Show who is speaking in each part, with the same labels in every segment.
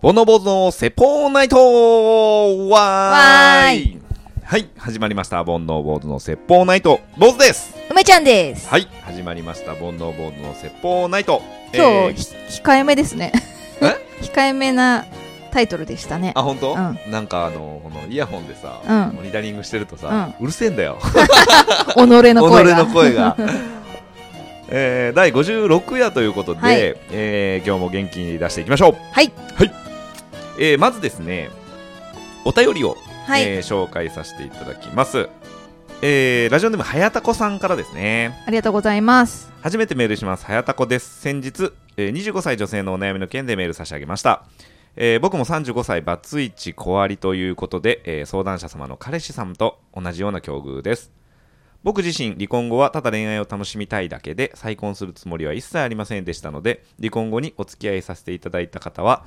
Speaker 1: ボノボズのセポーナイトわーい
Speaker 2: わ
Speaker 1: はい、始まりました。煩悩坊主の説法ナイト。坊主です
Speaker 2: 梅ちゃんです。
Speaker 1: はい、始まりました。煩悩坊主の説法ナイト。
Speaker 2: 今
Speaker 1: えー
Speaker 2: 日、ひ控えめですね。 控えめなタイトルでしたね。
Speaker 1: あ、本当、
Speaker 2: う
Speaker 1: なんかあの、このイヤホンでさ、
Speaker 2: うん
Speaker 1: モニタリングしてるとさ、うるせえんだよ。
Speaker 2: 己の声が。
Speaker 1: 己の声 がえー、第56夜ということで、
Speaker 2: はい
Speaker 1: えー今日も元気に出していきましょう。
Speaker 2: はい。
Speaker 1: はい。えー、まずですね、お便りを
Speaker 2: はい、
Speaker 1: えー紹介させていただきます、えーラジオネームはやたこさんからですね
Speaker 2: ありがとうございます。
Speaker 1: 初めてメールしますはやたこです先日、えー25歳女性のお悩みの件でメール差し上げました、えー僕も35歳バツイチ小ありということで、えー相談者様の彼氏さんと同じような境遇です僕自身離婚後はただ恋愛を楽しみたいだけで再婚するつもりは一切ありませんでしたので離婚後にお付き合いさせていただいた方は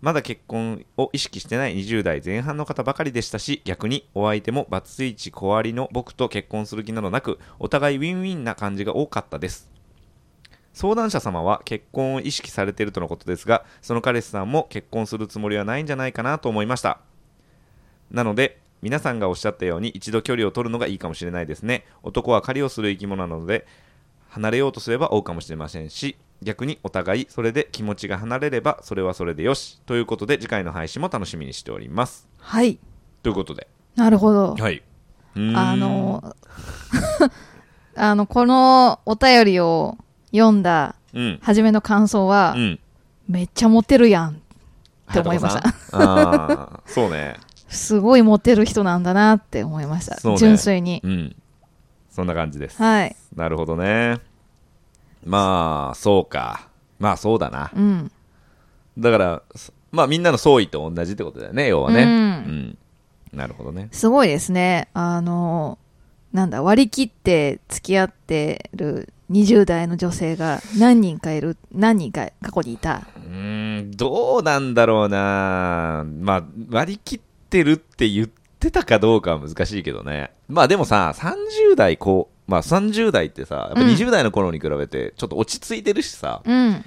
Speaker 1: まだ結婚を意識してない20代前半の方ばかりでしたし、逆にお相手もバツイチ小ありの僕と結婚する気などなく、お互いウィンウィンな感じが多かったです。相談者様は結婚を意識されているとのことですが、その彼氏さんも結婚するつもりはないんじゃないかなと思いました。なので、皆さんがおっしゃったように一度距離を取るのがいいかもしれないですね。男は狩りをする生き物なので、離れようとすれば追うかもしれませんし逆にお互いそれで気持ちが離れればそれはそれでよしということで次回の配信も楽しみにしております
Speaker 2: はい。
Speaker 1: ということで
Speaker 2: なるほど。
Speaker 1: はい
Speaker 2: あの、 あの、このお便りを読んだ
Speaker 1: うん
Speaker 2: 初めの感想は、
Speaker 1: うん
Speaker 2: めっちゃモテるやん。って思いました
Speaker 1: たあーそうね
Speaker 2: すごいモテる人なんだなって思いました。
Speaker 1: そうね
Speaker 2: 純粋に。
Speaker 1: うんそんな感じです
Speaker 2: はい。
Speaker 1: なるほどねまあそうかまあそうだな
Speaker 2: うん。
Speaker 1: だからそまあみんなの総意と同じってことだよね要はね
Speaker 2: うん
Speaker 1: うんなるほどね
Speaker 2: すごいですね。あの、なんだ、割り切って付き合ってる20代の女性が何人かいる、何人か過去にいた。
Speaker 1: うーんどうなんだろうな、まあ、割り切ってるって言ってたかどうかは難しいけどね、まあでもさ、30代こう、まあ、30代ってさ、やっぱ
Speaker 2: うん
Speaker 1: 20代の頃に比べて、ちょっと落ち着いてるしさ、
Speaker 2: うん。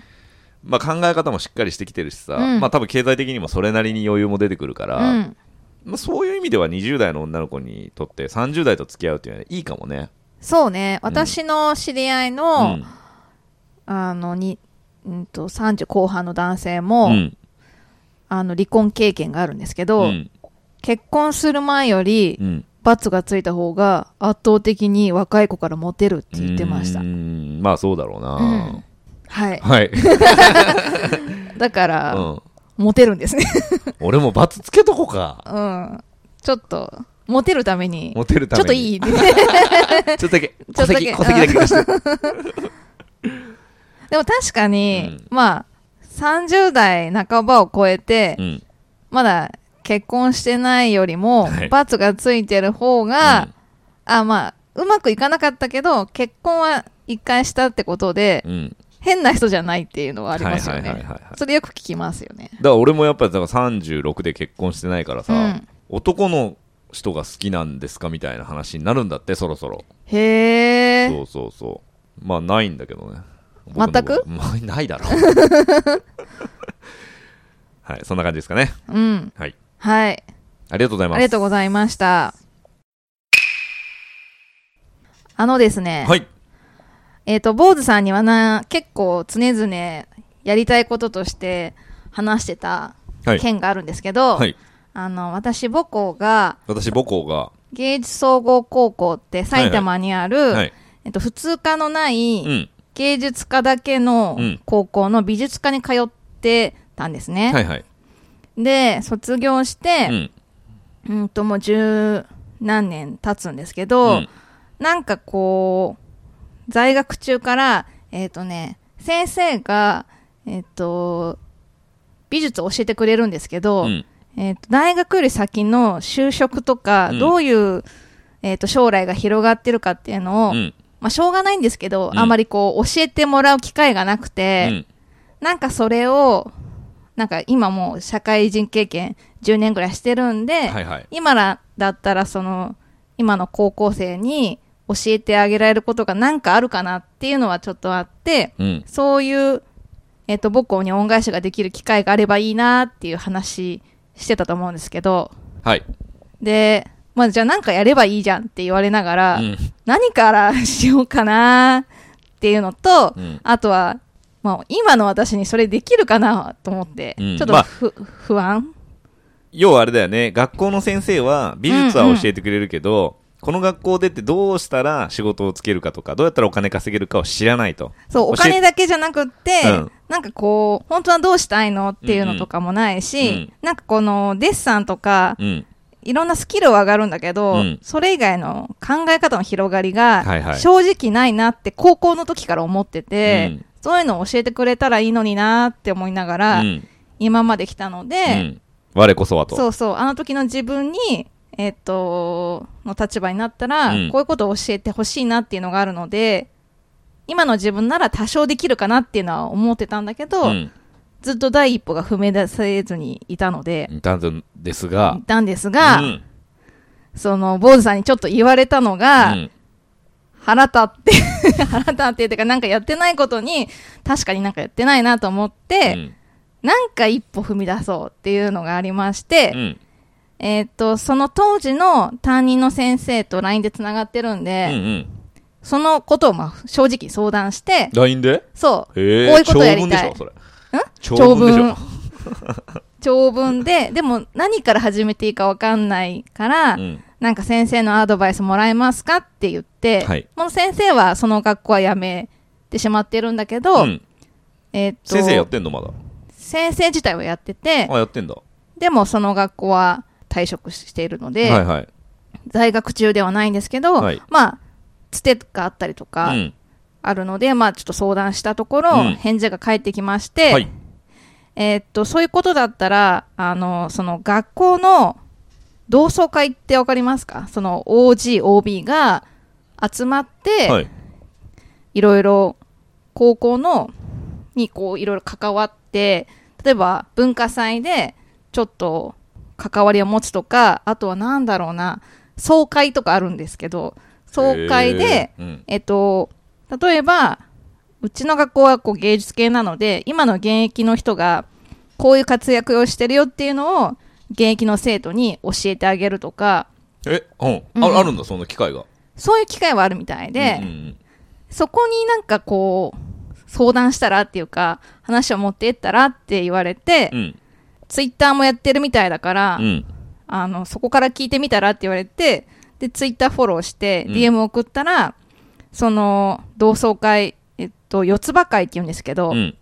Speaker 1: まあ、考え方もしっかりしてきてるしさ、
Speaker 2: うん
Speaker 1: まあ多分経済的にもそれなりに余裕も出てくるか
Speaker 2: う
Speaker 1: ら、
Speaker 2: ん。
Speaker 1: まあ、そういう意味では20代の女の子にとって、30代と付き合うっていうのはいいかもね。
Speaker 2: そうね。私の知り合いの、
Speaker 1: ん
Speaker 2: あの、に、うんと、30後半の男性
Speaker 1: う
Speaker 2: も、
Speaker 1: ん
Speaker 2: あの、離婚経験があるんですけど、
Speaker 1: うん
Speaker 2: 結婚する前より、
Speaker 1: うん
Speaker 2: バツがついた方が圧倒的に若い子からモテるって言ってまし
Speaker 1: う
Speaker 2: た
Speaker 1: ー。んまあそうだろうな、
Speaker 2: はい。
Speaker 1: はい、
Speaker 2: だから、
Speaker 1: うん、
Speaker 2: モテるんですね。
Speaker 1: 俺も罰つけとこか
Speaker 2: うん。ちょっと、モテるために、
Speaker 1: モテるた
Speaker 2: ちょ
Speaker 1: め
Speaker 2: っと
Speaker 1: に
Speaker 2: い い、
Speaker 1: ちょっとだけ
Speaker 2: ちょ
Speaker 1: 戸
Speaker 2: っとだけ
Speaker 1: 籍戸籍だけ貸して
Speaker 2: でも確かに、
Speaker 1: うん
Speaker 2: まあ、30代半ばを超えて、
Speaker 1: うん
Speaker 2: まだ結婚してないよりも、
Speaker 1: はい
Speaker 2: 罰がついてる方が、あ、まあ、うまくいかなかったけど、結婚は一回したってことで、
Speaker 1: うんうん
Speaker 2: 変な人じゃないっていうのはありますよ
Speaker 1: はいはい
Speaker 2: ね
Speaker 1: はいはいはい。
Speaker 2: それよく聞きますよね。
Speaker 1: だから俺もやっぱだから36で結婚してないからさ、
Speaker 2: うん
Speaker 1: 男の人が好きなんですかみたいな話になるんだってそろそろ
Speaker 2: へー。
Speaker 1: そうそうそうまあないんだけどね僕の
Speaker 2: 全く
Speaker 1: 僕まあないだろ はいそんな感じですかね
Speaker 2: うん。
Speaker 1: はい
Speaker 2: はい。
Speaker 1: ありがとうござい
Speaker 2: あ
Speaker 1: ま
Speaker 2: り
Speaker 1: す
Speaker 2: がとうございました。あのですね、
Speaker 1: はい
Speaker 2: えっ、と、坊主さんにはな、結構常々やりたいこととして話してた
Speaker 1: はい、
Speaker 2: 件があるんですけど、
Speaker 1: はい、
Speaker 2: あの、私、母校が
Speaker 1: 私母校が、
Speaker 2: 芸術総合高校って埼玉にある、
Speaker 1: はい
Speaker 2: えっと、普通科のない、
Speaker 1: うん
Speaker 2: 芸術科だけの
Speaker 1: うん
Speaker 2: 高校の美術科に通ってたんですね。
Speaker 1: はいはい
Speaker 2: で、卒業して
Speaker 1: う、ん
Speaker 2: うん、と、もう十何年経つんですけど、
Speaker 1: うん
Speaker 2: なんかこう、在学中から、えっ、とね、先生が、えっ、と、美術を教えてくれるんですけど、
Speaker 1: うん
Speaker 2: えっ、と、大学より先の就職とか、
Speaker 1: うん
Speaker 2: どういう、えっ、と、将来が広がってるかっていうのを、
Speaker 1: うん
Speaker 2: まあ、しょうがないんですけど、
Speaker 1: うん
Speaker 2: あまりこう、教えてもらう機会がなく
Speaker 1: う
Speaker 2: て、
Speaker 1: ん
Speaker 2: なんかそれを、なんか今もう社会人経験10年ぐらいしてるんで、
Speaker 1: はいはい
Speaker 2: 今らだったらその今の高校生に教えてあげられることが何かあるかなっていうのはちょっとあって
Speaker 1: うん
Speaker 2: そういう、ええっ、と、母校に恩返しができる機会があればいいなっていう話してたと思うんですけど、
Speaker 1: はい。
Speaker 2: で、まあ、じゃあなんかやればいいじゃんって言われながら、
Speaker 1: うん
Speaker 2: 何からしようかなっていうのと、
Speaker 1: うん
Speaker 2: あとは、まあ、今の私にそれできるかなと思って、
Speaker 1: うん
Speaker 2: ちょ
Speaker 1: ま
Speaker 2: っと
Speaker 1: あ
Speaker 2: ふ、不安
Speaker 1: 要はあれだよね学校の先生は美術は教えてくれるけど、この学校出てどうしたら仕事をつけるかとかどうやったらお金稼げるかを知らないと
Speaker 2: そう、お
Speaker 1: 教え
Speaker 2: 金だけじゃなくって、
Speaker 1: うん
Speaker 2: なんかこう、本当はどうしたいのっていうのとかもないし、
Speaker 1: うんうん
Speaker 2: なんかこのデッサンとか、
Speaker 1: うん
Speaker 2: いろんなスキルは上がるんだけど、
Speaker 1: うん
Speaker 2: それ以外の考え方の広がり
Speaker 1: はい
Speaker 2: が
Speaker 1: はい
Speaker 2: 正直ないなって高校の時から思ってて、
Speaker 1: うん
Speaker 2: そういうのを教えてくれたらいいのになって思いながら、
Speaker 1: うん
Speaker 2: 今まで来たので、
Speaker 1: うん我こそはと
Speaker 2: そうそうあの時の自分に、えっとの立場になったら、
Speaker 1: うん
Speaker 2: こういうことを教えてほしいなっていうのがあるので今の自分なら多少できるかなっていうのは思ってたんだけど、
Speaker 1: ん
Speaker 2: ずっと第一歩が踏み出せずにいたので、
Speaker 1: いたんですが
Speaker 2: いたんですが、
Speaker 1: うん
Speaker 2: その坊主さんにちょっと言われたのが、
Speaker 1: うん
Speaker 2: 腹立って 腹立ってっていうかなんかやってないことに確かになんかやってないなと思って、
Speaker 1: うん
Speaker 2: なんか一歩踏み出そうっていうのがありまして、
Speaker 1: うん
Speaker 2: えーっとその当時の担任の先生と LINE でつながってるんで、
Speaker 1: うんうん
Speaker 2: そのことをまあ正直相談して、
Speaker 1: LINE で
Speaker 2: そう
Speaker 1: へえ
Speaker 2: こういうことやりたい
Speaker 1: 長文でしょそれ
Speaker 2: 長
Speaker 1: 長文でし
Speaker 2: 文
Speaker 1: ょ
Speaker 2: 長文ででも何から始めていいかわかんないから、
Speaker 1: うん
Speaker 2: なんか先生のアドバイスもらえますかって言って、
Speaker 1: はい
Speaker 2: もう先生はその学校は辞めてしまってるんだけど、
Speaker 1: うん
Speaker 2: えーっと
Speaker 1: 先生やってんのまだ
Speaker 2: 先生自体はやってて
Speaker 1: あやってんだは
Speaker 2: でもその学校は退職しているので、
Speaker 1: いはい
Speaker 2: 在学中ではないんですけど、
Speaker 1: はい
Speaker 2: まあつてがあったりとか
Speaker 1: うん
Speaker 2: あるので、まあちょっと相談したところ、
Speaker 1: うん
Speaker 2: 返事が返ってきまして、
Speaker 1: はい
Speaker 2: えーっとそういうことだったらあのその学校の同窓会ってわかりますかその OGOB が集まって、、
Speaker 1: はいい
Speaker 2: ろいろ高校のにこういろいろ関わって例えば文化祭でちょっと関わりを持つとかあとはなんだろうな総会とかあるんですけど総会で、
Speaker 1: へえうん
Speaker 2: えっと、例えば、うちの学校はこう芸術系なので、今の現役の人がこういう活躍をしてるよっていうのを現役の生徒に教えてあげるとか、
Speaker 1: えうん
Speaker 2: うん
Speaker 1: ああるんだそんな機会が
Speaker 2: そういう機会はあるみたいで、
Speaker 1: うんうん
Speaker 2: そこになんかこう、相談したらっていうか、話を持っていったらって言われて、
Speaker 1: うん
Speaker 2: ツイッターもやってるみたいだから、
Speaker 1: うん
Speaker 2: あの、そこから聞いてみたらって言われて、で、ツイッターフォローして、
Speaker 1: うん
Speaker 2: DM 送ったら、その、同窓会、えっと、四つ葉会って言うんですけど、
Speaker 1: うん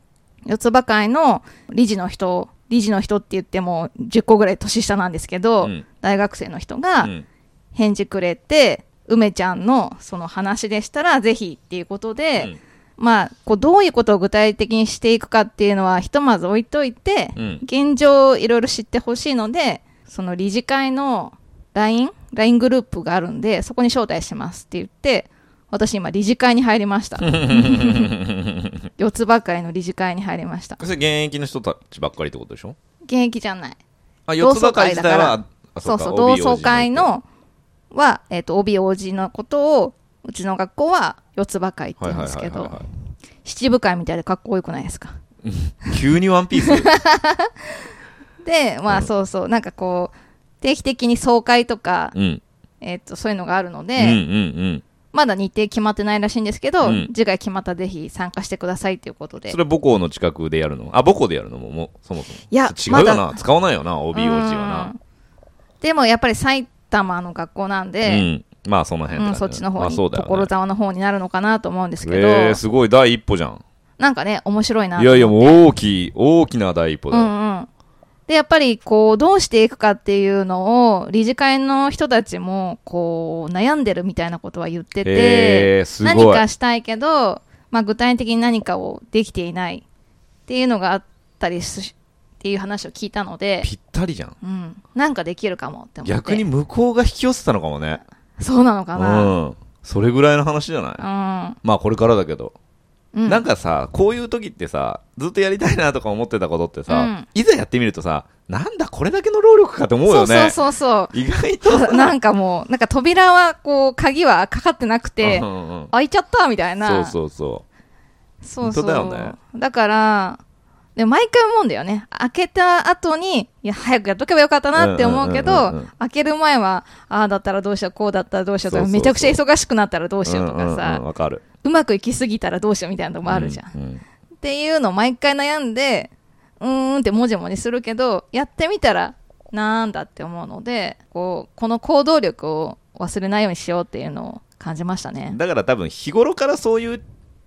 Speaker 2: 四つ葉会の理事の人、理事の人って言っても10個ぐらい年下なんですけど、
Speaker 1: うん
Speaker 2: 大学生の人
Speaker 1: う
Speaker 2: が
Speaker 1: ん
Speaker 2: 返事くれて、梅ちゃんのその話でしたらぜひっていうことで、まあ、こうどういうことを具体的にしていくかっていうのはひとまず置いといて、
Speaker 1: うん
Speaker 2: 現状をいろいろ知ってほしいので、その理事会の LINE、LINE グループがあるんで、そこに招待しますって言って、私今理事会に入 りました。四つ葉会の理事会に入りました。
Speaker 1: それ現役の人たちばっかりってことでしょ
Speaker 2: 現役じゃない。
Speaker 1: あ
Speaker 2: 同
Speaker 1: 四
Speaker 2: 窓
Speaker 1: つ会
Speaker 2: 会
Speaker 1: 自
Speaker 2: だか
Speaker 1: 体
Speaker 2: ら
Speaker 1: はあ
Speaker 2: そうそう、同
Speaker 1: っか
Speaker 2: 窓会のは、えっ、と、帯王子のことを、うちの学校は四つ葉会って言うんですけど、七部会みたいでかっこよくないですか。
Speaker 1: 急にワンピー ス
Speaker 2: で、まあ
Speaker 1: うん
Speaker 2: そうそう、なんかこう、定期的に総会とか、
Speaker 1: うん
Speaker 2: えっ、と、そういうのがあるの
Speaker 1: うんう
Speaker 2: で、
Speaker 1: ん
Speaker 2: まだ日程決まってないらしいんですけど、
Speaker 1: うん
Speaker 2: 次回決まったらぜひ参加してくださいということ
Speaker 1: うん
Speaker 2: で
Speaker 1: そ。れ母校の近くでやるのあ母校でやるのももうそもそも
Speaker 2: いや
Speaker 1: 違うよ
Speaker 2: ま
Speaker 1: な使わないよな OB
Speaker 2: うん
Speaker 1: OG は
Speaker 2: でもやっぱり埼玉の学校なん
Speaker 1: なう
Speaker 2: で、
Speaker 1: んまあその
Speaker 2: うん
Speaker 1: 辺だね
Speaker 2: そっちの方
Speaker 1: あ
Speaker 2: に、
Speaker 1: そうだよね
Speaker 2: 所沢の方になるのかなと思うんですけど、
Speaker 1: えーすごい第一歩じゃん
Speaker 2: なんかね、面白いないと思っ
Speaker 1: や
Speaker 2: て
Speaker 1: いやもう大きい大きな第一歩
Speaker 2: う
Speaker 1: だよ
Speaker 2: んうん。で、やっぱりこう、どうしていくかっていうのを、理事会の人たちも、こう、悩んでるみたいなことは言ってて、
Speaker 1: えーす
Speaker 2: 何
Speaker 1: ごい
Speaker 2: かしたいけど、まあ、具体的に何かをできていないっていうのがあったりし、っていう話を聞いたので、
Speaker 1: ぴったりじゃん
Speaker 2: うん、なんかできるかもって思って。
Speaker 1: 逆に向こうが引き寄せたのかもね
Speaker 2: そうなのかな。
Speaker 1: うんそれぐらいの話じゃないまあこれからだけど、
Speaker 2: うん。うん。
Speaker 1: なんかさこういう時ってさずっとやりたいなとか思ってたことってさ、
Speaker 2: うん
Speaker 1: いざやってみるとさなんだこれだけの労力かと思うよね
Speaker 2: そうそうそう
Speaker 1: 意外と
Speaker 2: そう。 なんかもう、なんか扉は、こう、鍵はかかってなくて
Speaker 1: う、んうんうん
Speaker 2: 開いちゃったみたいな。
Speaker 1: そうそうそ
Speaker 2: そう
Speaker 1: 本当だよ
Speaker 2: だ
Speaker 1: ね
Speaker 2: から、で毎回思うんだよね開けた後にいや早くやっとけばよかったなって思う
Speaker 1: うん
Speaker 2: け
Speaker 1: うん
Speaker 2: ど
Speaker 1: うんうんうん
Speaker 2: 開ける前はああだったらどうしようこうだったらどうしようと
Speaker 1: そうそう
Speaker 2: か
Speaker 1: そう
Speaker 2: めちゃくちゃ忙しくなったらどうしようとか
Speaker 1: うんうんうん
Speaker 2: さ
Speaker 1: わかる。
Speaker 2: うまくいきすぎたらどうしようみたいなとこもあるじゃん、
Speaker 1: うう
Speaker 2: っていうのを毎回悩んでうーんってもじもじするけどやってみたらなんだって思うのでこうこの行動力を忘れないようにしようっていうのを感じましたね
Speaker 1: だから多分日頃からそういう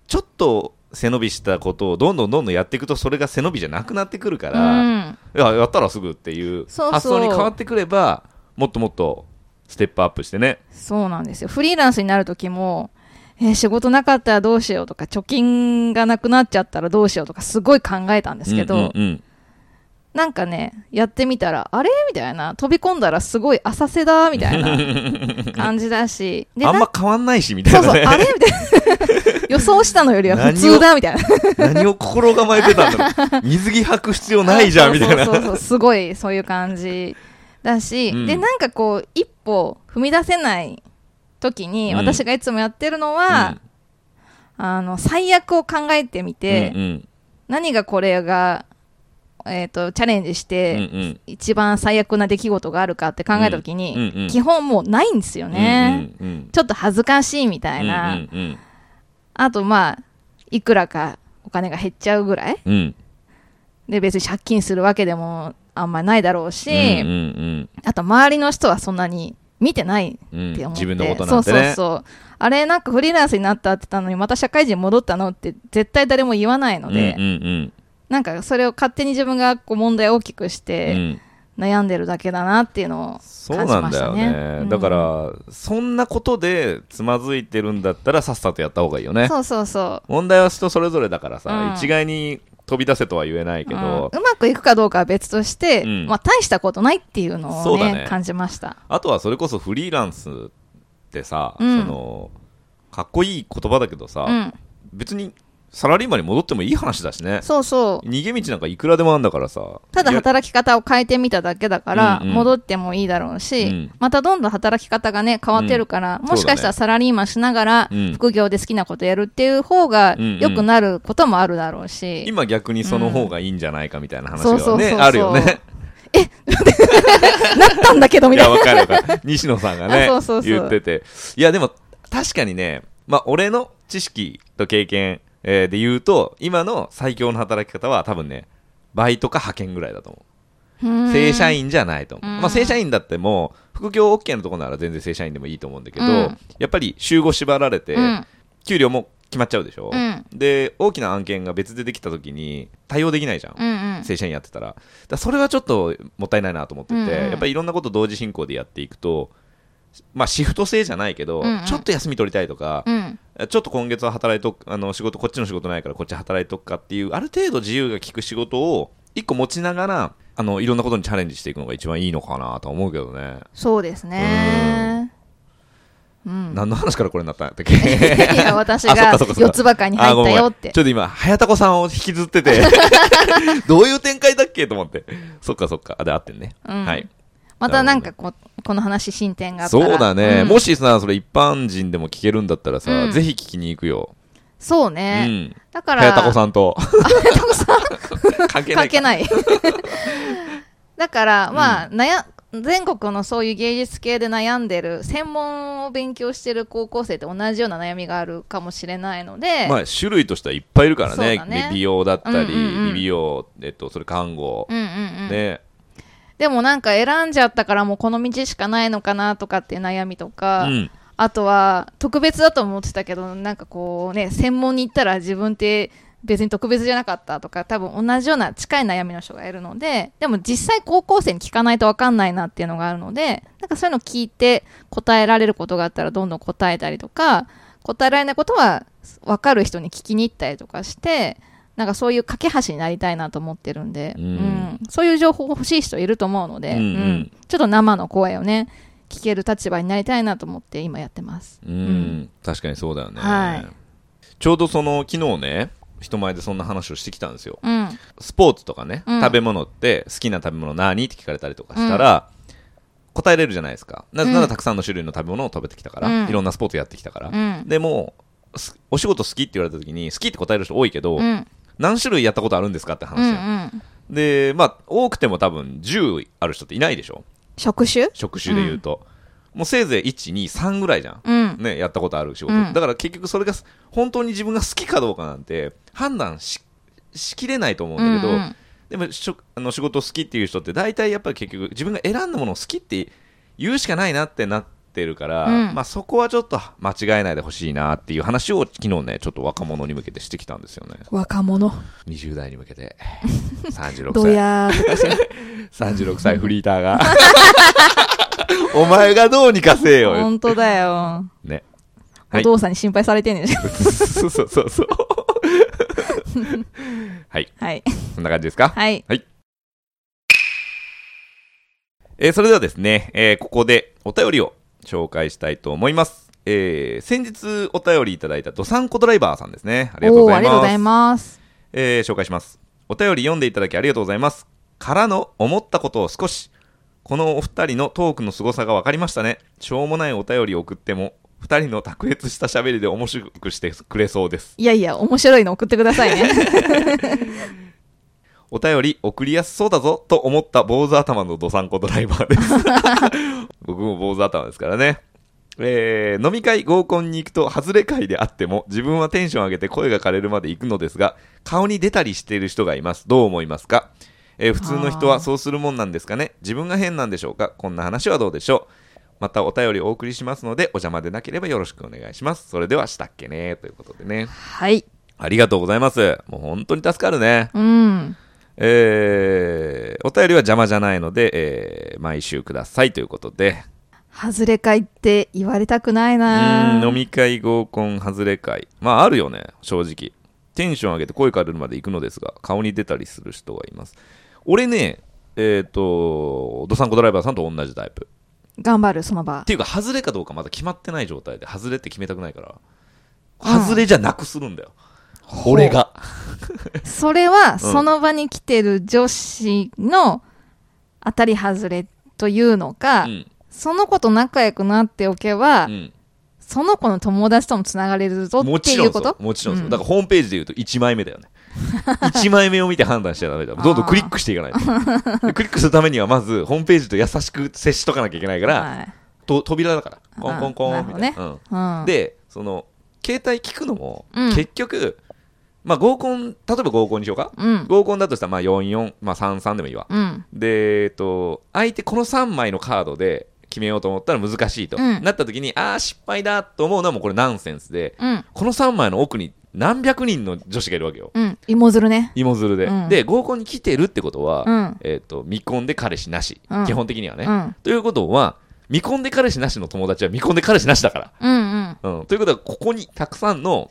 Speaker 1: ちょっと背伸びしたことをどんどんどんどんやっていくとそれが背伸びじゃなくなってくるか
Speaker 2: う
Speaker 1: ら、い
Speaker 2: ん
Speaker 1: ややったらすぐっていう
Speaker 2: そうそう
Speaker 1: 発想に変わってくればもっともっとステップアップしてね
Speaker 2: そうなんですよフリーランスになる時もえー仕事なかったらどうしようとか貯金がなくなっちゃったらどうしようとかすごい考えたんですけど、
Speaker 1: うんうんうん
Speaker 2: なんかねやってみたらあれみたいな飛び込んだらすごい浅瀬だみたいな 感じだしで
Speaker 1: あん
Speaker 2: な
Speaker 1: ま変わんない しみた
Speaker 2: そ
Speaker 1: いうな
Speaker 2: そう、
Speaker 1: ね
Speaker 2: あれみたいな。 予想したのよりは普通だみたいな。
Speaker 1: 何を心構えてたんだろう水着履く必要ないじゃんみたいな
Speaker 2: そうそうそう、すごいそういう感じだし、
Speaker 1: うん
Speaker 2: で、なんかこう、一歩踏み出せない時に、
Speaker 1: うん
Speaker 2: 私がいつもやってるのは、あの、最悪を考えてみて、
Speaker 1: うんうん
Speaker 2: 何がこれが、えっ、と、チャレンジし
Speaker 1: うんう
Speaker 2: て、
Speaker 1: ん
Speaker 2: 一番最悪な出来事があるかって考えた時に、
Speaker 1: うんうん
Speaker 2: 基本もうないんですよね。
Speaker 1: うんうんうん
Speaker 2: ちょっと恥ずかしいみたいな。
Speaker 1: うんうん
Speaker 2: あと、まあ、いくらかお金が減っちゃうぐらい
Speaker 1: うんうん
Speaker 2: で別に借金するわけでもあんまりないだろうし、
Speaker 1: うんうん
Speaker 2: あと周りの人はそんなに見てないっ
Speaker 1: うんうん
Speaker 2: て思って、
Speaker 1: 自分のことなんて
Speaker 2: そうそ
Speaker 1: ね
Speaker 2: うそうあれなんかフリーランスになったって言ったのにまた社会人戻ったのって絶対誰も言わないので、
Speaker 1: うんうん
Speaker 2: なんかそれを勝手に自分がこう問題を大きくし
Speaker 1: うんう
Speaker 2: て
Speaker 1: ん
Speaker 2: 悩んでるだけだなっていうのを
Speaker 1: そう
Speaker 2: 感じ
Speaker 1: なん
Speaker 2: まし
Speaker 1: だ
Speaker 2: た
Speaker 1: よ
Speaker 2: ね
Speaker 1: ね、だからそんなことでつまずいてるんだったらさっさとやった方がいいよ
Speaker 2: う
Speaker 1: ね
Speaker 2: んそうそうそう
Speaker 1: 問題は人それぞれだからさ、
Speaker 2: うん
Speaker 1: 一概に飛び出せとは言えないけど、
Speaker 2: うんうまくいくかどうかは別として、
Speaker 1: うん
Speaker 2: まあ、大したことないっていうの
Speaker 1: そう
Speaker 2: を、
Speaker 1: だ
Speaker 2: ね
Speaker 1: ね
Speaker 2: 感じました
Speaker 1: あとはそれこそフリーランスってさ、
Speaker 2: うん
Speaker 1: そのかっこいい言葉だけどさ、
Speaker 2: うん、
Speaker 1: 別にサラリーマンに戻ってもいい話だしね
Speaker 2: そうそう
Speaker 1: 逃げ道なんかいくらでもあるんだからさ
Speaker 2: ただ
Speaker 1: いや
Speaker 2: 働き方を変えてみただけだから、
Speaker 1: うんうん
Speaker 2: 戻ってもいいだろうし、
Speaker 1: うん
Speaker 2: またどんどん働き方がね、変わってるから、
Speaker 1: ん
Speaker 2: もしかしたらサラリーマンしながら
Speaker 1: うん、
Speaker 2: 副業で好きなことやるっていう方が
Speaker 1: うんうん
Speaker 2: 良くなることもあるだろうし、
Speaker 1: 今逆にその方がいいんじゃないかみたいな話
Speaker 2: そうそ
Speaker 1: が
Speaker 2: うそう
Speaker 1: ね
Speaker 2: そう
Speaker 1: あるよね
Speaker 2: なったんだけど
Speaker 1: い
Speaker 2: みた
Speaker 1: や
Speaker 2: い
Speaker 1: わかるわかる西野さんがね
Speaker 2: あそうそうそう
Speaker 1: 言ってていやでも確かにねまあ俺の知識と経験、えーで言うと今の最強の働き方は多分ねバイトか派遣ぐらいだと思う
Speaker 2: な。
Speaker 1: 正社
Speaker 2: 員
Speaker 1: 員じゃないと思う、
Speaker 2: うん
Speaker 1: まあ、正社員だっても副業 OK のところなら全然正社員でもいいと思うんだけど、
Speaker 2: うん
Speaker 1: やっぱり週5縛られて、
Speaker 2: うん
Speaker 1: 給料も決まっちゃうでしょ、
Speaker 2: うん
Speaker 1: で大きな案件が別でできた時に対応できないじゃん、
Speaker 2: うんうん
Speaker 1: 正社員やってたらだからそれはちょっともったいないなと思ってて、
Speaker 2: うんうん
Speaker 1: やっぱりいろんなこと同時進行でやっていくと、まあ、シフト制じゃないけど、
Speaker 2: うんうん
Speaker 1: ちょっと休み取りたいとか、
Speaker 2: うん
Speaker 1: ちょっと今月は働いとくあの仕事こっちの仕事ないからこっち働いとくかっていうある程度自由が利く仕事を一個持ちながらあのいろんなことにチャレンジしていくのが一番いいのかなとは思うけどね、
Speaker 2: そうですね。うん。
Speaker 1: 何の話からこれになったんだっけ
Speaker 2: いや、私
Speaker 1: あそっ
Speaker 2: が
Speaker 1: かそっかそっか
Speaker 2: 四つ葉かに入
Speaker 1: あご
Speaker 2: った
Speaker 1: めん
Speaker 2: よ
Speaker 1: ご
Speaker 2: っ
Speaker 1: めん
Speaker 2: て
Speaker 1: ち。ょっと今早田子さんを引きずって てどういう展開だっけと思ってそっかそっかあで合ってんね、
Speaker 2: うん
Speaker 1: はい
Speaker 2: またなんかこう、この話進展があったら。
Speaker 1: そうだね、
Speaker 2: ん
Speaker 1: もしさそれ一般人でも聞けるんだったらさ、
Speaker 2: うん
Speaker 1: ぜひ聞きに行くよ、
Speaker 2: そう
Speaker 1: う
Speaker 2: ね。
Speaker 1: ん、
Speaker 2: だから、
Speaker 1: 早田子さんと
Speaker 2: 早田子さん
Speaker 1: 関係な
Speaker 2: 関
Speaker 1: い か
Speaker 2: 係ない。だから、まあ、悩全国のそういう芸術系で悩んでる、専門を勉強してる高校生と同じような悩みがあるかもしれないので、
Speaker 1: まあ、種類としてはいっぱいいるから
Speaker 2: そう
Speaker 1: ね
Speaker 2: だね
Speaker 1: 美容だったり、
Speaker 2: うんうんうん
Speaker 1: 美容、えっと、それ看護
Speaker 2: う、んうんうん
Speaker 1: ね
Speaker 2: でもなんか選んじゃったからもうこの道しかないのかなとかっていう悩みと
Speaker 1: う
Speaker 2: か、
Speaker 1: ん、
Speaker 2: あとは特別だと思ってたけどなんかこうね専門に行ったら自分って別に特別じゃなかったとか多分同じような近い悩みの人がいるのででも実際高校生に聞かないと分かんないなっていうのがあるのでなんかそういうの聞いて答えられることがあったらどんどん答えたりとか答えられないことは分かる人に聞きに行ったりとかしてなんかそういう架け橋になりたいなと思ってるんで、
Speaker 1: うん
Speaker 2: うんそういう情報欲しい人いると思うので、
Speaker 1: うんうん
Speaker 2: うんちょっと生の声をね聞ける立場になりたいなと思って今やってます。
Speaker 1: うん確かにそうだよね、
Speaker 2: はい
Speaker 1: ちょうどその昨日ね人前でそんな話をしてきたんですよ
Speaker 2: うん、
Speaker 1: スポーツとかね、
Speaker 2: うん
Speaker 1: 食べ物って好きな食べ物何って聞かれたりとかしたら、答えれるじゃないですかなぜな
Speaker 2: う
Speaker 1: ら
Speaker 2: ん
Speaker 1: たくさんの種類の食べ物を食べてきたから、
Speaker 2: うん
Speaker 1: いろんなスポーツやってきたから、
Speaker 2: うん
Speaker 1: でもすお仕事好きって言われた時に好きって答える人多いけど、
Speaker 2: うん
Speaker 1: 何種類やったことあるんですかって
Speaker 2: うんう
Speaker 1: 話やん、
Speaker 2: ん
Speaker 1: でまあ多くても多分10ある人っていないでしょ
Speaker 2: 職種
Speaker 1: 職種で言うと、もうせいぜい123ぐらいじゃん、
Speaker 2: うん
Speaker 1: ね、やったことある仕事、
Speaker 2: うん
Speaker 1: だから結局それが本当に自分が好きかどうかなんて判断ししきれないと思うんだけど、
Speaker 2: うんうん
Speaker 1: でもしょあの仕事好きっていう人って大体やっぱり結局自分が選んだものを好きって言うしかないなってなってるから、
Speaker 2: うん
Speaker 1: まあ、そこはちょっと間違えないでほしいなっていう話を昨日ねちょっと若者に向けてしてきたんですよね
Speaker 2: 若者
Speaker 1: 20代に向けて
Speaker 2: ど
Speaker 1: 36
Speaker 2: やーとかして
Speaker 1: 歳36歳フリーターがお前がどうにかせえよ
Speaker 2: 本当だよ、
Speaker 1: ねは
Speaker 2: お
Speaker 1: い
Speaker 2: 父さんに心配されてんね ん
Speaker 1: そうそうそうそうはい
Speaker 2: はい
Speaker 1: そんな感じですか
Speaker 2: はい
Speaker 1: えーそれではですね、えーここでお便りを紹介したいと思います。えー先日お便りいただいたドサンコドライバーさんですね。ありがとうご
Speaker 2: おー
Speaker 1: ざ
Speaker 2: あ
Speaker 1: い
Speaker 2: りがと
Speaker 1: ま
Speaker 2: うご
Speaker 1: す。
Speaker 2: ざいます
Speaker 1: えー紹介します。お便り読んでいただきありがとうございます。からの思ったことを少し。このお二人のトークの凄さが分かりましたね。しょうもないお便りを送っても、二人の卓越した喋りで面白くしてくれそうです。
Speaker 2: いやいや面白いの送ってくださいね
Speaker 1: お便り送りやすそうだぞと思った坊主頭のどさんこドライバーです。僕も坊主頭ですからね。えー飲み会合コンに行くと外れ会であっても自分はテンション上げて声が枯れるまで行くのですが顔に出たりしている人がいますどう思いますか、えー普通の人はそうするもんなんですかね自分が変なんでしょうかこんな話はどうでしょうまたお便りお送りしますのでお邪魔でなければよろしくお願いしますそれではしたっけねということでね
Speaker 2: はい
Speaker 1: ありがとうございますもう本当に助かるね
Speaker 2: うん
Speaker 1: えーお便りは邪魔じゃないので、えー毎週くださいということで、
Speaker 2: 外れ会って言われたくないう
Speaker 1: ー
Speaker 2: な
Speaker 1: ん飲み会合コン外れ会まああるよね正直テンション上げて声かれるまで行くのですが顔に出たりする人がいます俺ねえっ、とドサンコドライバーさんと同じタイプ
Speaker 2: 頑張るその場
Speaker 1: っていうか外れかどうかまだ決まってない状態で外れって決めたくないから
Speaker 2: うん
Speaker 1: 外れじゃなくするんだよ、俺が
Speaker 2: それはその場に来てる女子の当たり外れというのか、
Speaker 1: うん
Speaker 2: その子と仲良くなっておけば、
Speaker 1: うん
Speaker 2: その子の友達ともつながれるぞ
Speaker 1: も
Speaker 2: って
Speaker 1: ち
Speaker 2: い
Speaker 1: ろ
Speaker 2: うん
Speaker 1: そ
Speaker 2: こ
Speaker 1: う
Speaker 2: と
Speaker 1: もちろんそう、
Speaker 2: うん
Speaker 1: だからホームページで言うと1枚目だよね 1枚目を見て判断しちゃダメだよどんどんクリックしていかないとでクリックするためにはまずホームページと優しく接しとかなきゃいけないから、
Speaker 2: はい
Speaker 1: と扉だからコンコンコ
Speaker 2: あー
Speaker 1: ンみたいなうん
Speaker 2: うん、
Speaker 1: でその携帯聞くのも、
Speaker 2: うん
Speaker 1: 結局まあ合コン例えば合コンにしようか
Speaker 2: うん
Speaker 1: 合コンだとしたらまあ44、まあ、33でもいいわ
Speaker 2: うん
Speaker 1: でえっと相手この3枚のカードで決めようと思ったら難しいと、
Speaker 2: うん
Speaker 1: なった時にああ失敗だと思うのはもうこれナンセンスで、
Speaker 2: うん
Speaker 1: この3枚の奥に何百人の女子がいるわけよ。
Speaker 2: うん芋づるね
Speaker 1: 芋づるで。
Speaker 2: うん
Speaker 1: で、合コンに来てるってことは、
Speaker 2: うん
Speaker 1: えっ、と、未婚で彼氏なし。
Speaker 2: うん
Speaker 1: 基本的にはね、
Speaker 2: うん
Speaker 1: ということは、未婚で彼氏なしの友達は未婚で彼氏なしだか
Speaker 2: うんうん
Speaker 1: ら。うん。ということは、ここにたくさんの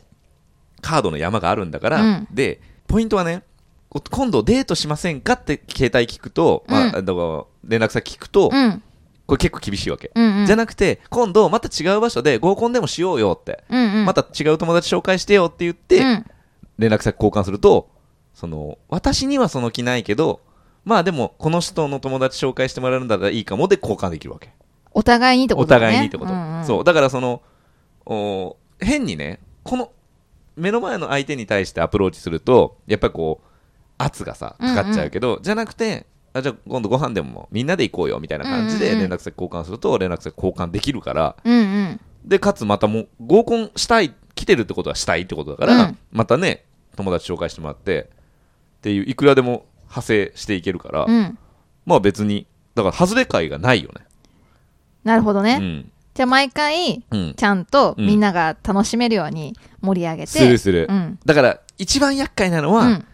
Speaker 1: カードの山があるんだから、
Speaker 2: うん
Speaker 1: で、ポイントはね、こ今度デートしませんかって携帯聞くと、まあ、
Speaker 2: うん
Speaker 1: あの連絡先聞くと、
Speaker 2: うん
Speaker 1: これ結構厳しいわけ。
Speaker 2: うんうん
Speaker 1: じゃなくて、今度また違う場所で合コンでもしようよって、
Speaker 2: うんうん
Speaker 1: また違う友達紹介してよって言って、
Speaker 2: うん
Speaker 1: 連絡先交換するとその私にはその気ないけどまあでもこの人の友達紹介してもらえるんだったらいいかもで交換できるわけ、
Speaker 2: お互いにって
Speaker 1: お
Speaker 2: ことだね
Speaker 1: 互いにってこと、
Speaker 2: うんうん、
Speaker 1: そうだからそのお変にねこの目の前の相手に対してアプローチするとやっぱりこう圧がさかかっちゃうけど、じゃなくてあじゃあ今度ご飯でもみんなで行こうよみたいな感じで
Speaker 2: うんうんう
Speaker 1: 連
Speaker 2: ん
Speaker 1: 絡先交換すると連絡先交換できるから
Speaker 2: うんうん
Speaker 1: でかつまたもう合コンしたい来てるってことはしたいってことだから、
Speaker 2: うん
Speaker 1: またね友達紹介してもらってっていういくらでも派生していけるから、
Speaker 2: うん
Speaker 1: まあ別にだから外れ会がないよね
Speaker 2: なるほどね、
Speaker 1: うん
Speaker 2: じゃあ毎回
Speaker 1: うん
Speaker 2: ちゃんとみんなが楽しめるように盛り上げ
Speaker 1: する
Speaker 2: て、
Speaker 1: する、
Speaker 2: うん
Speaker 1: だから一番厄介なの
Speaker 2: う
Speaker 1: は、
Speaker 2: ん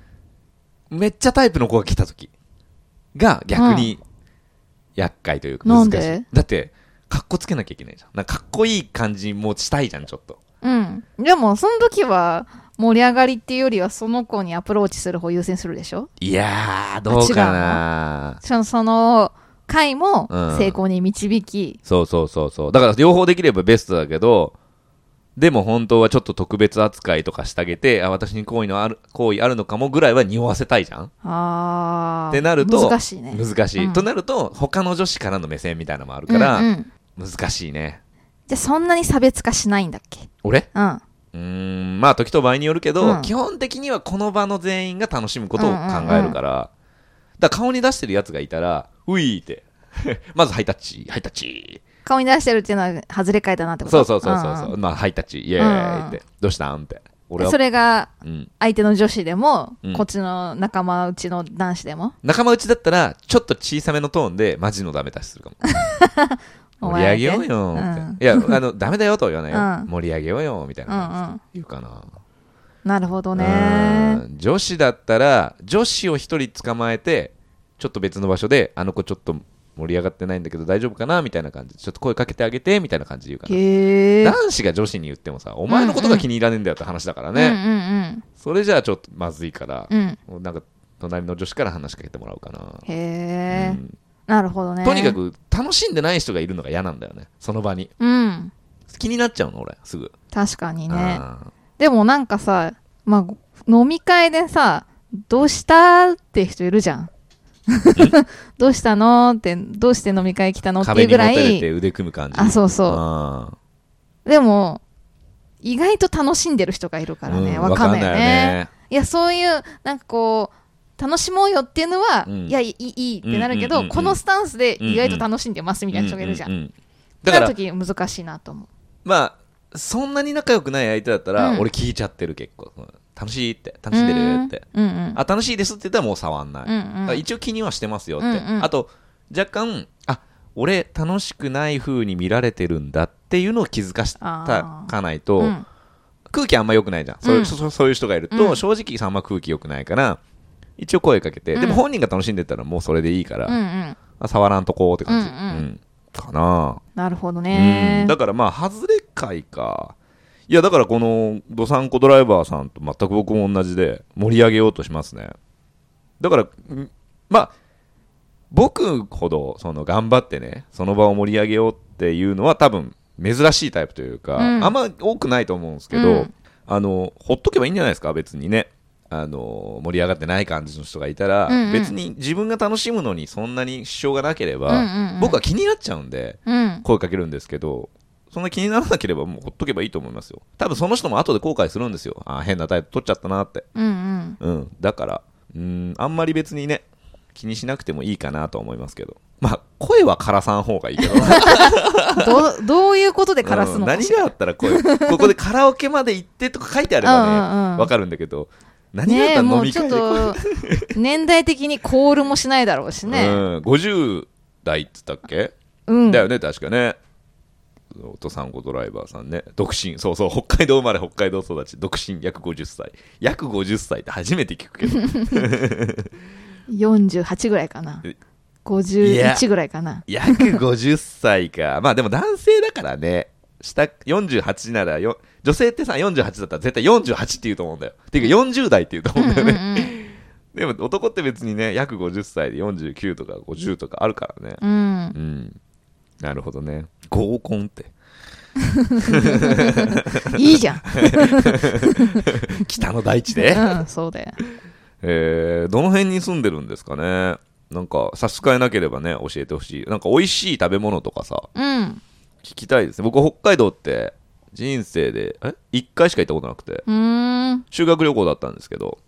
Speaker 1: めっちゃタイプの子が来た時が逆に厄介というか難
Speaker 2: な
Speaker 1: しい
Speaker 2: んで
Speaker 1: だってかっこつけなきゃいけないじゃんなんかかっこいい感じもしたいじゃんちょっと
Speaker 2: うん、でもその時は盛り上がりっていうよりはその子にアプローチする方優先するでしょ
Speaker 1: いやーどうかな
Speaker 2: しかもその回も
Speaker 1: うん
Speaker 2: 成功に導き、
Speaker 1: そうそうそうそう。だから両方できればベストだけど、でも本当はちょっと特別扱いとかしてあげて、あ、私に好意のある、好意あるのかもぐらいは匂わせたいじゃん、
Speaker 2: あー
Speaker 1: ってなると
Speaker 2: 難しいね
Speaker 1: 難しい、
Speaker 2: うん
Speaker 1: となると、他の女子からの目線みたいなのもあるから、
Speaker 2: うんうん
Speaker 1: 難しいね。
Speaker 2: じゃあそんなに差別化しないんだっけ
Speaker 1: 俺
Speaker 2: うん
Speaker 1: うーんまあ時と場合によるけど、
Speaker 2: うん
Speaker 1: 基本的にはこの場の全員が楽しむことを考えるから、だから顔に出してるやつがいたらういーって まずハイタッチハイタッチ
Speaker 2: 顔に出してるっていうのは外れ替えたなってこ
Speaker 1: そう
Speaker 2: と
Speaker 1: そうそうそうそ
Speaker 2: ん
Speaker 1: う、
Speaker 2: ん
Speaker 1: まあハイタッチイエーイって、どうしたんって俺
Speaker 2: で
Speaker 1: は
Speaker 2: それが
Speaker 1: うん、
Speaker 2: 相手の女子でも、
Speaker 1: うん
Speaker 2: こっちの仲間うちの男子でも
Speaker 1: 仲間内だったらちょっと小さめのトーンでマジのダメ出しするかも
Speaker 2: お
Speaker 1: 盛り
Speaker 2: 前
Speaker 1: 上
Speaker 2: だ
Speaker 1: げ
Speaker 2: け
Speaker 1: ようよって、
Speaker 2: うん
Speaker 1: いやあのダメだよとは言わないよ、
Speaker 2: うん
Speaker 1: 盛り上げようよみたいな
Speaker 2: うんう
Speaker 1: 感じ、言
Speaker 2: ん
Speaker 1: うかな
Speaker 2: なるほどね
Speaker 1: うん女子だったら女子を一人捕まえてちょっと別の場所であの子ちょっと盛り上がってないんだけど大丈夫かなみたいな感じでちょっと声かけてあげてみたいな感じで言うかな
Speaker 2: へえ
Speaker 1: 男子が女子に言ってもさお前のことが気に入らねえんだよって話だからね、それじゃあちょっとまずいから
Speaker 2: うん、うんうんうん
Speaker 1: なんか隣の女子から話しかけてもらうかな、
Speaker 2: へ
Speaker 1: う
Speaker 2: え、
Speaker 1: ん
Speaker 2: なるほどね
Speaker 1: とにかく楽しんでない人がいるのが嫌なんだよねその場に
Speaker 2: うん
Speaker 1: 気になっちゃうの俺すぐ
Speaker 2: 確かにね
Speaker 1: あ
Speaker 2: でもなんかさ、まあ、飲み会でさ、どうしたって人いるじゃん。 どうしたのって、どうして飲み会来たの
Speaker 1: ー
Speaker 2: ってい
Speaker 1: 壁に
Speaker 2: うぐ
Speaker 1: もた
Speaker 2: ら
Speaker 1: れて
Speaker 2: い。
Speaker 1: 腕組む感じ
Speaker 2: あ、そうそ
Speaker 1: あー
Speaker 2: う。でも、意外と楽しんでる人がいるからね、
Speaker 1: うん
Speaker 2: わ、かんないよ
Speaker 1: わ
Speaker 2: ねいや、そういう、なんかこう、楽しもうよっていうのは、
Speaker 1: うん
Speaker 2: いや、いい、いいってなるけど、
Speaker 1: うんうんうんうん
Speaker 2: このスタンスで意外と楽しんでますみたいな人がいるじゃん。
Speaker 1: ううう
Speaker 2: だ
Speaker 1: だ
Speaker 2: か、
Speaker 1: からら
Speaker 2: 時難しいなと思う。
Speaker 1: まあそんなに仲良くない相手だったら、
Speaker 2: うん
Speaker 1: 俺聞いちゃってる結構うん楽しいって楽しんでるって、
Speaker 2: うんうん。
Speaker 1: あ楽しいですって言ったらもう触んない、
Speaker 2: うん
Speaker 1: だから
Speaker 2: うん。
Speaker 1: 一応気にはしてますよって、
Speaker 2: うんうん
Speaker 1: あと若干あ俺楽しくない風に見られてるんだっていうのを気づかした
Speaker 2: あー
Speaker 1: かないと、
Speaker 2: うん
Speaker 1: 空気あんま良くないじゃん、そういう
Speaker 2: うん
Speaker 1: そそういう人がいると、
Speaker 2: うん
Speaker 1: 正直あんま空気良くないから一応声かけて、でも
Speaker 2: うん
Speaker 1: 本人が楽しんでたらもうそれでいいから、
Speaker 2: うんうん。
Speaker 1: あ触らんとこうって感じ、
Speaker 2: うんうん
Speaker 1: うんかなあ
Speaker 2: なるほど
Speaker 1: う
Speaker 2: ね
Speaker 1: ん。だからまあ、外れ会か。いや、だからこの、どさんこドライバーさんと全く僕も同じで、盛り上げようとしますね。だから、うんまあ、僕ほど、その、頑張ってね、その場を盛り上げようっていうのは多分、珍しいタイプというか、
Speaker 2: うん
Speaker 1: あんま多くないと思うんですけど、
Speaker 2: うん
Speaker 1: あの、ほっとけばいいんじゃないですか、別にね。あの、盛り上がってない感じの人がいたら、
Speaker 2: うんうん
Speaker 1: 別に自分が楽しむのにそんなに支障がなければ、
Speaker 2: うんうんうん
Speaker 1: 僕は気になっちゃうんで、
Speaker 2: うん。
Speaker 1: 声かけるんですけど、そんな気にならなければもうほっとけばいいと思いますよ。多分その人も後で後悔するんですよ。あー変な態度取っちゃったなって。
Speaker 2: うんうん。
Speaker 1: うん。だから、うん、あんまり別にね、気にしなくてもいいかなとは思いますけど。まあ、声はからさん方がいいけ ど。
Speaker 2: どどういうことで枯らす
Speaker 1: うん
Speaker 2: のか
Speaker 1: 何
Speaker 2: しら、
Speaker 1: があったら声、ここでカラオケまで行ってとか書いてあれ
Speaker 2: うんうん
Speaker 1: ば
Speaker 2: うん
Speaker 1: ね、わかるんだけど、何があっ
Speaker 2: ね
Speaker 1: た
Speaker 2: え
Speaker 1: ら
Speaker 2: も
Speaker 1: 飲
Speaker 2: う
Speaker 1: み
Speaker 2: ちょっ
Speaker 1: 会で声
Speaker 2: と年代的にコールもしないだろうし
Speaker 1: う
Speaker 2: ね、
Speaker 1: ん、50代って言ったっけ
Speaker 2: うん
Speaker 1: だよね、確かね。お父さんごドライバーさんね。独身、そうそう、北海道生まれ、北海道育ち、独身、約50歳。約50歳って初めて聞くけど。
Speaker 2: 48ぐらいかな
Speaker 1: え
Speaker 2: 51ぐらいかな
Speaker 1: 約50歳か。まあでも男性だからね。下、48ならよ、女性ってさ、48だったら絶対48って言うと思うんだよ。ていうか40代って言うと思うんだよね。でも男って別にね、約50歳で49とか50とかあるからね。
Speaker 2: うん、うん
Speaker 1: うん。なるほどね。合コンって。
Speaker 2: いいじゃ ん、
Speaker 1: 北の大地で
Speaker 2: うん、そうだよ
Speaker 1: えーどの辺に住んでるんですかねなんか差し支えなければね教えてほしいなんか美味しい食べ物とかさ
Speaker 2: うん
Speaker 1: 聞きたいですね僕北海道って人生でえ1回しか行ったことなくて
Speaker 2: うーん
Speaker 1: 修学旅行だったんですけど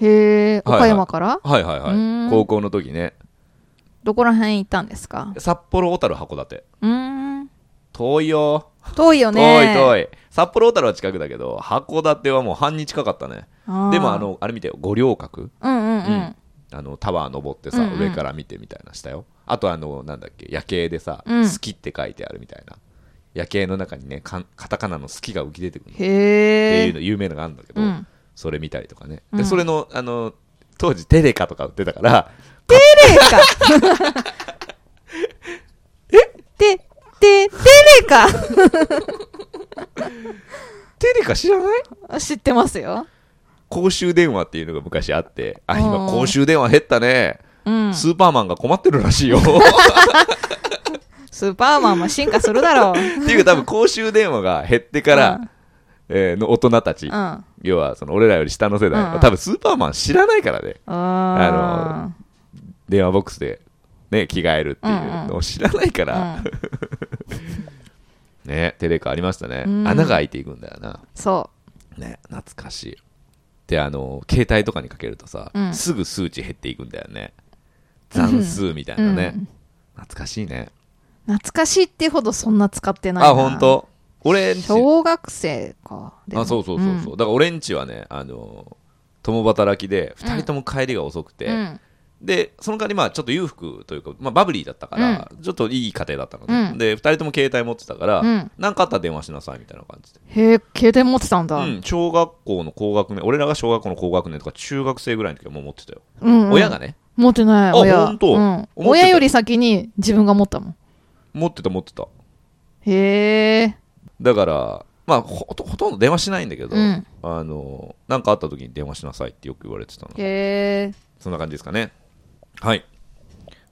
Speaker 2: へえ
Speaker 1: はいはい
Speaker 2: 岡山から、
Speaker 1: はいはいうは
Speaker 2: ー
Speaker 1: い
Speaker 2: ん
Speaker 1: 高校の時ね
Speaker 2: どこら辺行ったんですか
Speaker 1: 札幌小樽函館
Speaker 2: うーん
Speaker 1: 遠いよ、
Speaker 2: 遠いよね
Speaker 1: 遠い
Speaker 2: い
Speaker 1: 遠い札幌小樽は近くだけど函館はもう半日かかったねでもあのあれ見てよ五稜郭
Speaker 2: うんうんう
Speaker 1: うんんあのタワー登ってさ、
Speaker 2: うんうん
Speaker 1: 上から見てみたいなしたよあとあのなんだっけ夜景でさ「
Speaker 2: うん
Speaker 1: 好き」って書いてあるみたいな夜景の中にねかんカタカナの「好き」が浮き出てくるっ
Speaker 2: へ
Speaker 1: て
Speaker 2: え
Speaker 1: いうの有名なのがあるんだけど、
Speaker 2: うん
Speaker 1: それ見たりとかね、
Speaker 2: う
Speaker 1: で
Speaker 2: ん
Speaker 1: それのあの当時テレカとか売ってたから
Speaker 2: テレカ。 えて、て、テレカ
Speaker 1: テレカ知らない
Speaker 2: 知ってますよ。
Speaker 1: 公衆電話っていうのが昔あってあ
Speaker 2: う
Speaker 1: 今
Speaker 2: ん
Speaker 1: 公衆電話減ったね、
Speaker 2: うん。ス
Speaker 1: スーパーマンが困ってるらしい よ
Speaker 2: ーパーマンも進化するだろう。
Speaker 1: っていうか多分公衆電話が減ってから、
Speaker 2: うん
Speaker 1: えーの大人たち、
Speaker 2: うん。あ
Speaker 1: 要はその俺らより下の世代は、
Speaker 2: うん
Speaker 1: 多分スーパーマン知らないからね
Speaker 2: あ
Speaker 1: 電話ボックスで、ね、着替えるっていうのを知らないか
Speaker 2: の
Speaker 1: ら、ねテレカありましたね、
Speaker 2: うん
Speaker 1: 穴が開いていくんだよな
Speaker 2: そ
Speaker 1: ね懐かしいであの携帯とかにかけるとさ、
Speaker 2: うん
Speaker 1: すぐ数値減っていくんだよね残数みたいなね、
Speaker 2: うん
Speaker 1: 懐かしいね
Speaker 2: う懐かしいってほどそんな使ってないな
Speaker 1: あ本当俺んち
Speaker 2: 小学生かでも
Speaker 1: あそうそうそうそう、だから俺んちはねあの共働きで2人とも帰りが遅くて、
Speaker 2: うんうん
Speaker 1: でその代わりまあちょっと裕福というか、まあ、バブリーだったから、ちょっといい家庭だったのね、
Speaker 2: うん
Speaker 1: で2人とも携帯持ってたから
Speaker 2: うん
Speaker 1: 何、かあったら電話しなさいみたいな感じで、
Speaker 2: へえ携帯持ってたんだ、
Speaker 1: うん、小学校の高学年俺らが小学校の高学年とか中学生ぐらいの時はもう持ってたよ、
Speaker 2: うんうん
Speaker 1: 親がね
Speaker 2: 持ってない
Speaker 1: あ
Speaker 2: 親
Speaker 1: ほんと
Speaker 2: うん
Speaker 1: 思ってた
Speaker 2: 親より先に自分が持ったもん
Speaker 1: 持ってた持ってた
Speaker 2: へえ
Speaker 1: だからまあほとほとんど電話しないんだけど、
Speaker 2: うん
Speaker 1: あの何かあった時に電話しなさいってよく言われてたの
Speaker 2: へえ
Speaker 1: そんな感じですかねはい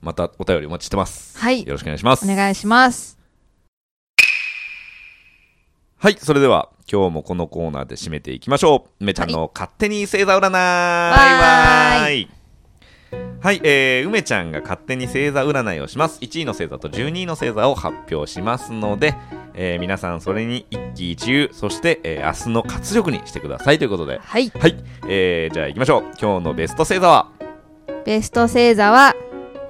Speaker 1: またお便りお待ちしてます
Speaker 2: はい
Speaker 1: よろしくお願いします
Speaker 2: お願いします
Speaker 1: はい、それでは今日もこのコーナーで締めていきましょう。梅ちゃんの勝手に星座占い、
Speaker 2: い
Speaker 1: わーいはい、えー梅ちゃんが勝手に星座占いをします。1位の星座と12位の星座を発表しますので、えー皆さんそれに一喜一憂、そして、えー明日の活力にしてくださいということで。
Speaker 2: はい
Speaker 1: はい、えーじゃあ行きましょう。今日のベスト星座は、
Speaker 2: ベスト星座は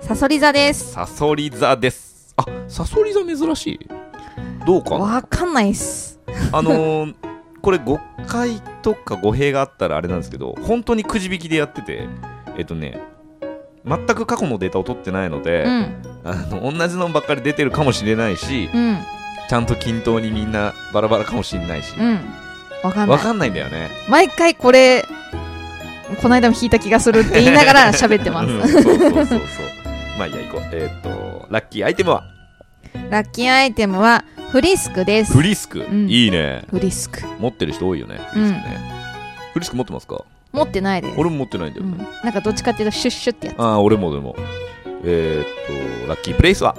Speaker 2: サソリ座です
Speaker 1: サソリ座です。あ、サソリ座珍しい。どうかな
Speaker 2: わかんないっす
Speaker 1: あのーこれ誤解とか語弊があったらあれなんですけど本当にくじ引きでやっててえっとね全く過去のデータを取ってないので、
Speaker 2: うん
Speaker 1: あの同じのばっかり出てるかもしれないし
Speaker 2: うん
Speaker 1: ちゃんと均等にみんなバラバラかもしれないし、
Speaker 2: うんわかんな
Speaker 1: わ
Speaker 2: い
Speaker 1: かんないんだよね
Speaker 2: 毎回これこの間も弾いた気がするって言いながら 喋ってます、
Speaker 1: うんそうそうそうそうまあいいや行こうえっとラッキーアイテムは
Speaker 2: ラッキーアイテムはフリスクです
Speaker 1: フリスク、
Speaker 2: ん
Speaker 1: いいね
Speaker 2: フリスク
Speaker 1: 持ってる人多いよねフリスクね、フリスク持ってますか
Speaker 2: 持ってないです、
Speaker 1: 俺も持ってないんだ
Speaker 2: う
Speaker 1: よね、
Speaker 2: ん、なんかどっちかっていうとシュッシュってやつ
Speaker 1: ああ俺もでもえっとラッキープレイスは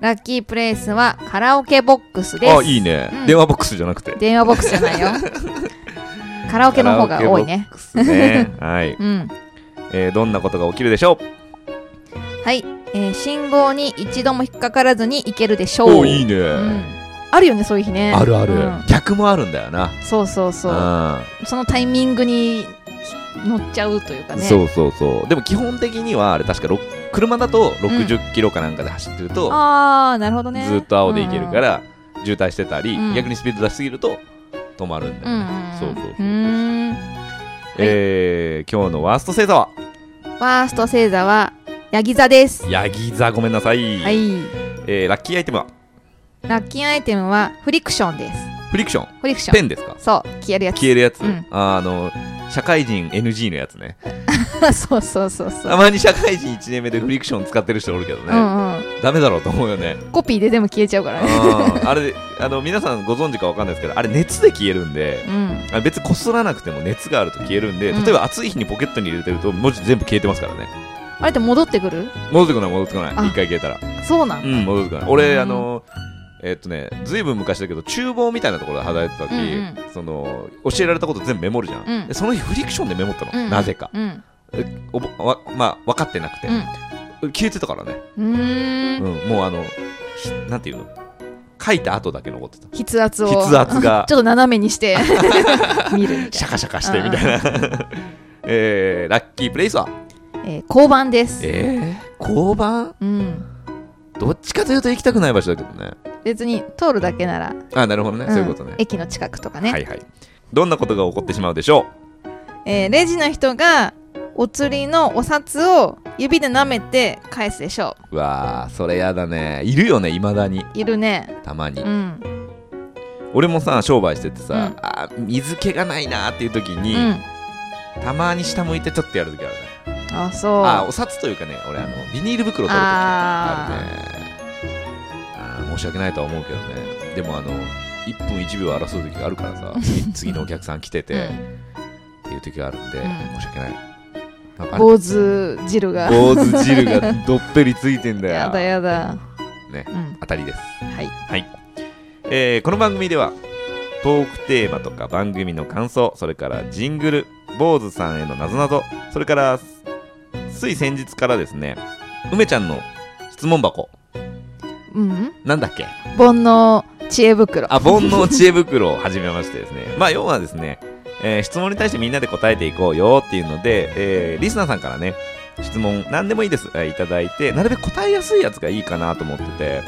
Speaker 2: ラッキープレイスはカラオケボックスです
Speaker 1: あいいね、
Speaker 2: うん
Speaker 1: 電話ボックスじゃなくて
Speaker 2: 電話ボックスじ ゃないよカラオケの方が多いね
Speaker 1: カラオケボックスね はい、
Speaker 2: うん
Speaker 1: えーどんなことが起きるでしょう
Speaker 2: はい、えー信号に一度も引っかからずに行けるでしょう
Speaker 1: おいいね、
Speaker 2: うんあるよねそういう日ね
Speaker 1: あるある、
Speaker 2: うん
Speaker 1: 逆もあるんだよな
Speaker 2: そうそうそうそのタイミングに乗っちゃうというか
Speaker 1: うん
Speaker 2: ね
Speaker 1: そうそうそうでも基本的にはあれ確かろく車だと60キロかなんかで走ってると、
Speaker 2: ああなるほどね
Speaker 1: ずっと青で行けるか、ら、渋滞してたり、
Speaker 2: うん
Speaker 1: 逆にスピード出しすぎると止まるんだ
Speaker 2: うんう
Speaker 1: よ
Speaker 2: ん
Speaker 1: ね、そうそうそう
Speaker 2: うーん
Speaker 1: えー今日のワースト星座は
Speaker 2: ワースト星座はヤギ座です
Speaker 1: ヤギ座ごめんなさい、
Speaker 2: はい
Speaker 1: えーラッキーアイテムは
Speaker 2: ラッキーアイテムはフリクションです
Speaker 1: フリクション
Speaker 2: フリクショ
Speaker 1: ペ
Speaker 2: ン
Speaker 1: ンですか
Speaker 2: そう消えるやつ
Speaker 1: 消えるやつ、
Speaker 2: うん
Speaker 1: ああの社会人 NG のやつね
Speaker 2: そうそうそうそう
Speaker 1: たまに社会人1年目でフリクション使ってる人おるけどね、
Speaker 2: うんうん
Speaker 1: ダメだろうと思うよね
Speaker 2: コピーで全部消えちゃうからね
Speaker 1: あーあれあの皆さんご存知かわかんないですけどあれ熱で消えるんで
Speaker 2: うん
Speaker 1: あ別にこすらなくても熱があると消えるんで
Speaker 2: うん
Speaker 1: 例えば暑い日にポケットに入れてると文字全部消えてますからね
Speaker 2: あれって戻ってくる
Speaker 1: 戻ってこない戻ってこない
Speaker 2: あ
Speaker 1: 一回消えたら
Speaker 2: そうなん
Speaker 1: うん戻ってこない
Speaker 2: うん
Speaker 1: 俺あのえっとねずいぶん昔だけど厨房みたいなところで働いてた時、
Speaker 2: うん
Speaker 1: その教えられたこと全部メモるじゃん、
Speaker 2: うん
Speaker 1: でその日フリクションでメモったの、
Speaker 2: うん
Speaker 1: なぜか
Speaker 2: うん
Speaker 1: おぼわまあ分かってなくて、消えてたからね、
Speaker 2: うんうー
Speaker 1: うん
Speaker 2: ん
Speaker 1: もうあのひなんていうの書いた後だけ残ってた
Speaker 2: 筆圧を
Speaker 1: 筆圧が
Speaker 2: ちょっと斜めにして 見るみた
Speaker 1: シャ
Speaker 2: い
Speaker 1: カシャカしてみたいな、 えー、ラッキープレイスは
Speaker 2: な、えー、交番です
Speaker 1: えー、交番
Speaker 2: うん
Speaker 1: どっちかというと行きたくない場所だけどね
Speaker 2: 別に通るだけなら、
Speaker 1: あなるほどね、
Speaker 2: ん
Speaker 1: そういうことね
Speaker 2: 駅の近くとかね、
Speaker 1: はいはいどんなことが起こってしまうでしょ
Speaker 2: えーレジの人がお釣りのお札を指で舐めて返すでしょ
Speaker 1: ううわーそれやだねいるよねいまだに
Speaker 2: ういるね
Speaker 1: たまに、
Speaker 2: うん
Speaker 1: 俺もさ商売しててさ、
Speaker 2: うん
Speaker 1: あー水気がないなーっていう時
Speaker 2: う
Speaker 1: に、
Speaker 2: ん
Speaker 1: たまに下向いてちょっとやる時あるね
Speaker 2: あそう
Speaker 1: あお札というかね俺あのビニール袋取るときあるねあー申し訳ないとは思うけどねでもあの1分1秒争う時があるから さ次次のお客さん来てて、
Speaker 2: うん
Speaker 1: っていう時があるんで、
Speaker 2: うん
Speaker 1: 申し訳ない、まあ、
Speaker 2: 坊主汁が
Speaker 1: 坊主汁がどっぺりついてんだよ
Speaker 2: やだやだ
Speaker 1: ね
Speaker 2: うん
Speaker 1: 当たりです
Speaker 2: はい
Speaker 1: はい、えーこの番組ではトークテーマとか番組の感想それからジングル坊主さんへのなぞなぞそれからすつい先日からですね梅ちゃんの質問箱
Speaker 2: うん
Speaker 1: なんだっけ
Speaker 2: 煩悩知恵袋
Speaker 1: あ煩悩知恵袋を始めましてですね まあ要はですね、えー質問に対してみんなで答えていこうよっていうので、えーリスナーさんからね質問何でもいいです、えーいただいてなるべく答えやすいやつがいいかなと思ってて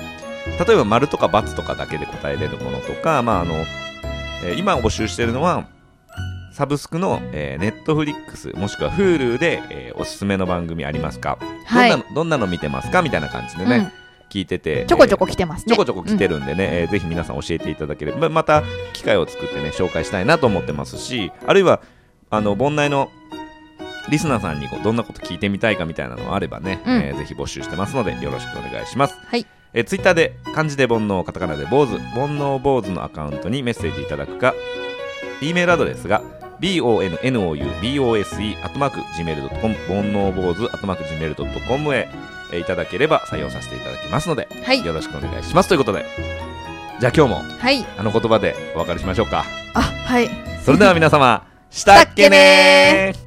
Speaker 1: 例えば丸とか×とかだけで答えれるものとか、まああのえー今募集してるのはサブスクの、えー、Netflix もしくは Hulu で、えーおすすめの番組ありますか、
Speaker 2: はい
Speaker 1: どんなのどんなの見てますかみたいな感じでね、
Speaker 2: うん
Speaker 1: 聞いてて
Speaker 2: ちょこちょ
Speaker 1: こ
Speaker 2: こ来てます
Speaker 1: ち
Speaker 2: ね
Speaker 1: ょこちょこ来てるんでね、えーぜひ皆さん教えていただければ、ままた機会を作ってね、紹介したいなと思ってますし、あるいは、あの、盆内のリスナーさんにこうどんなこと聞いてみたいかみたいなのがあればね、
Speaker 2: うん
Speaker 1: えーぜひ募集してますので、よろしくお願いします。
Speaker 2: はい
Speaker 1: えー、ツイッターで、漢字で煩悩、カタカナで坊主、煩悩坊主のアカウントにメッセージいただくか、E メールアドレスが、bonoubose.gmail.com、煩悩坊主 .gmail.com へ、えーいただければ採用させていただきますので、
Speaker 2: はい
Speaker 1: よろしくお願いしますということでじゃあ今日も
Speaker 2: はい
Speaker 1: あの言葉でお別れしましょうか
Speaker 2: あはい
Speaker 1: それでは皆様したっけねー